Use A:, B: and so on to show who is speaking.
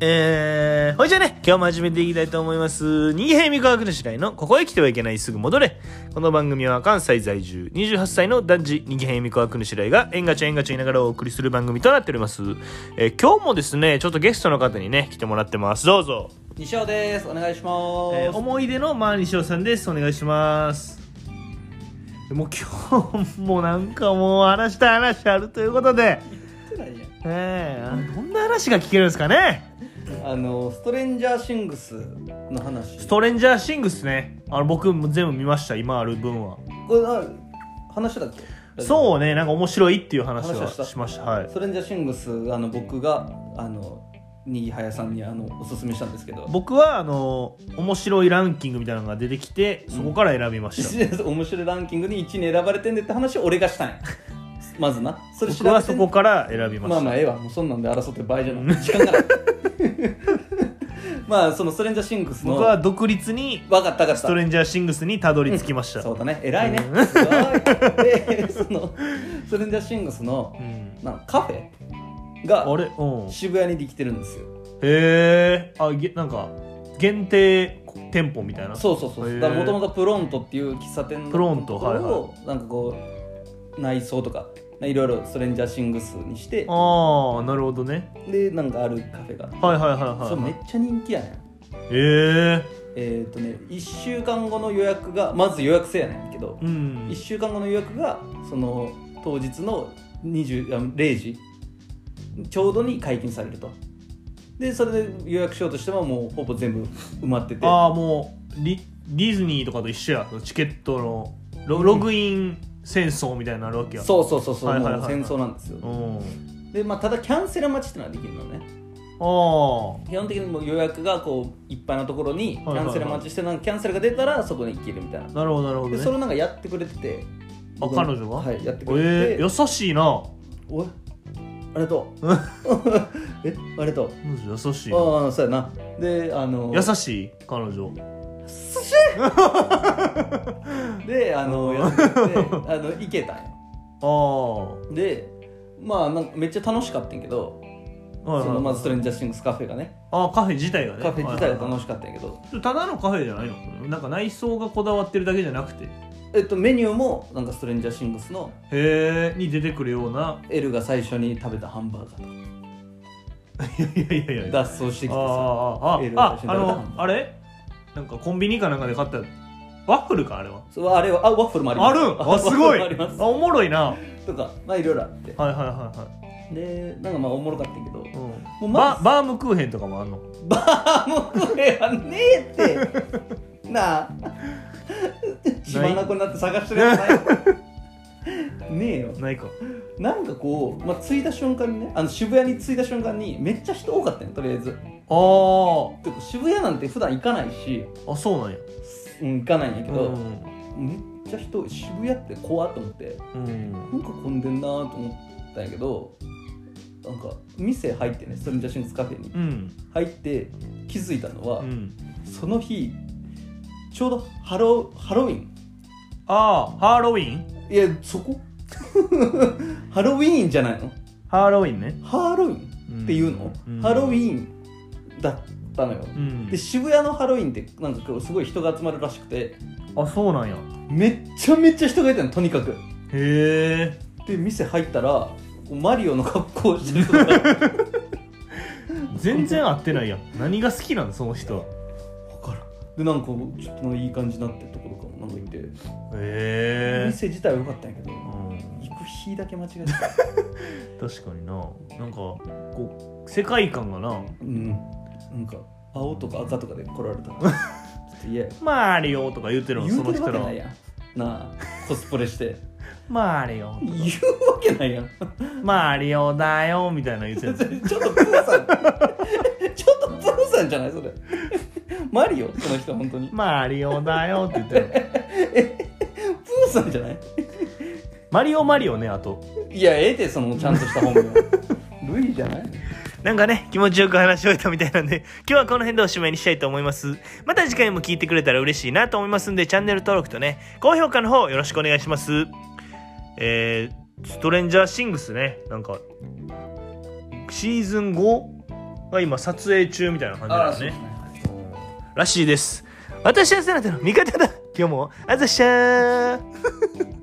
A: えー、ほいじゃあね、今日も始めていきたいと思います。新平美川区の白井のここへ来てはいけないすぐ戻れ。この番組は関西在住28歳の男児、新平美川区の白井が縁がちゃ縁がちゃ言いながらお送りする番組となっております。えー、今日もですね、ちょっとゲストの方にね、来てもらってます。どうぞ。
B: 西尾です。お願いします。
A: えー、思い出のまあ西尾さんです。お願いします。もう今日もなんかもう話した話あるということで。えー、どんな話が聞けるんですかね
B: あのストレンジャーシングスの話
A: ストレンジャーシングスねあの僕も全部見ました今ある分は
B: これ話だっけ、
A: そうねなんか面白いっていう話はしましたはい
B: ストレンジャーシングスあの僕があのにぎはやさんにあのおすすめしたんですけど
A: 僕はあの面白いランキングみたいなのが出てきてそこから選びました、
B: うん、面白いランキングに1位に選ばれてんでって話を俺がしたんやま ずな
A: それ僕はそこから選びました
B: まあまあええわもうそんなんで争って場合じゃない時間がない まあそのストレンジャーシングスの
A: 僕は独立に
B: 分かったかったス、
A: トレンジャーシングスにたどり着きました、うん
B: そうだね偉いね、うん、すごいでそのストレンジャーシングスの、うん、なんカフェが、
A: あれ、うん
B: 渋谷にできてるんですよ
A: へえあげなんか限定店舗みたいな
B: そうそうそうだもともとプロントっていう喫茶店の、
A: プロントはい、はい
B: なんかこう内装とかいろいろストレンジャーシングスにして
A: ああなるほどね
B: でなんかあるカフェが
A: はいはいはいはい
B: それめっちゃ人気やねん
A: え
B: えー、えっとね1週間後の予約がまず予約制やねんけど、
A: うん、
B: 1週間後の予約がその当日の20 0時ちょうどに解禁されるとでそれで予約しようとしてももうほぼ全部埋まってて
A: ああもうディズニーとかと一緒やチケットのロログイン、うん戦争みたいになるわけや
B: そうそうそうそう、はいはいはいはい、戦争なんですよ、でまあただキャンセル待ちってのはできるのね
A: あ
B: あ基本的にも予約がこういっぱいのところにキャンセル待ちして、なんかキャンセルが出たらそこに行けるみたいな
A: なるほどなるほど、ね、
B: でそれなんかやってくれてて
A: あ彼女が
B: はいやってくれて
A: えー、優しいな
B: おいありがと うえありがとう
A: 優しい
B: ああそうやなであの
A: 優しい彼女
B: 寿司であのやって てあの行けたん
A: よ
B: あでまあなんかめっちゃ楽しかったんけど、はいはい、そのまずストレンジャーシングスカフェがね
A: あカフェ自体がね
B: カフェ自体が楽しかったんやけど、はい
A: はい、ただのカフェじゃないのなんか内装がこだわってるだけじゃなくて
B: えっと、メニューもなんかストレンジャーシングスの
A: へえに出てくるような
B: エルが最初に食べたハンバーガーとか
A: いやいやいやいや
B: 脱走してきてさ
A: あああのあれなんかコンビニかなんかで買ったワッフルかあれは
B: あれはあワッフルもあります
A: あ るあすごいあおもろいな
B: とかまあいろいろあって
A: はいはいはいはい
B: でなんかまあおもろかったけど、うん、
A: もうまバームクーヘンとかもあんの
B: バームクーヘンはねえってなあ血まなこになって探してるやつないねえよ
A: ないか
B: なんかこう、まあ、着いた瞬間にねあの渋谷に着いた瞬間にめっちゃ人多かったよとりあえず
A: あ
B: あ渋谷なんて普段行かないし
A: あそうなんや、
B: うん、行かないんやけど、うん、めっちゃ人渋谷って怖っと思って、
A: うん、
B: なんか混んでんなと思ったんやけどなんか店入ってねストレンジャーシングスカフェに、
A: うん、
B: 入って気づいたのは、その日ちょうどハロハロウィン
A: ああハロウィン
B: いやそこ ハロウィーンじゃないの
A: ハロウィンね
B: ハロウィンっていうの、うん、ハロウィンだったのよ、
A: うん、
B: で渋谷のハロウィンってなんかすごい人が集まるらしくて
A: あそうなんや
B: めっちゃめっちゃ人がいたのとにかくへ
A: え
B: で店入ったらマリオの格好をして る人が
A: 全然合ってないやん何が好きなのその人は
B: 分からんでなんかちょっといい感じになってるところかもなんかいてへ
A: え
B: 店自体は良かったんやけど、行く日だけ間違えた
A: 確かにななんかこう世界観がな
B: うんなんか青とか赤とかで来 られた
A: マリオとか言うてるの
B: その人らなあコスプレして
A: マリオ
B: 言うわけない やん
A: マリオだよみたいな言うて る
B: ちょっとプーさんちょっとプーさんじゃないそれマリオその人本当に
A: マリオだよって言ってる
B: えプーさんじゃない
A: マリオマリオねあと
B: いやええでそのちゃんとした 本名ルイじゃない
A: なんかね気持ちよく話し終えたみたいなんで 今日はこの辺でおしまいにしたいと思いますまた次回も聞いてくれたら嬉しいなと思いますんでチャンネル登録とね高評価の方よろしくお願いしますえー、ストレンジャーシングスねなんかシーズン 5? が今撮影中みたいな感じ
B: あ
A: だ
B: ら
A: よ
B: そうです
A: ね
B: ねはい
A: らしいです私はセナタの味方だ今日もあざっしゃー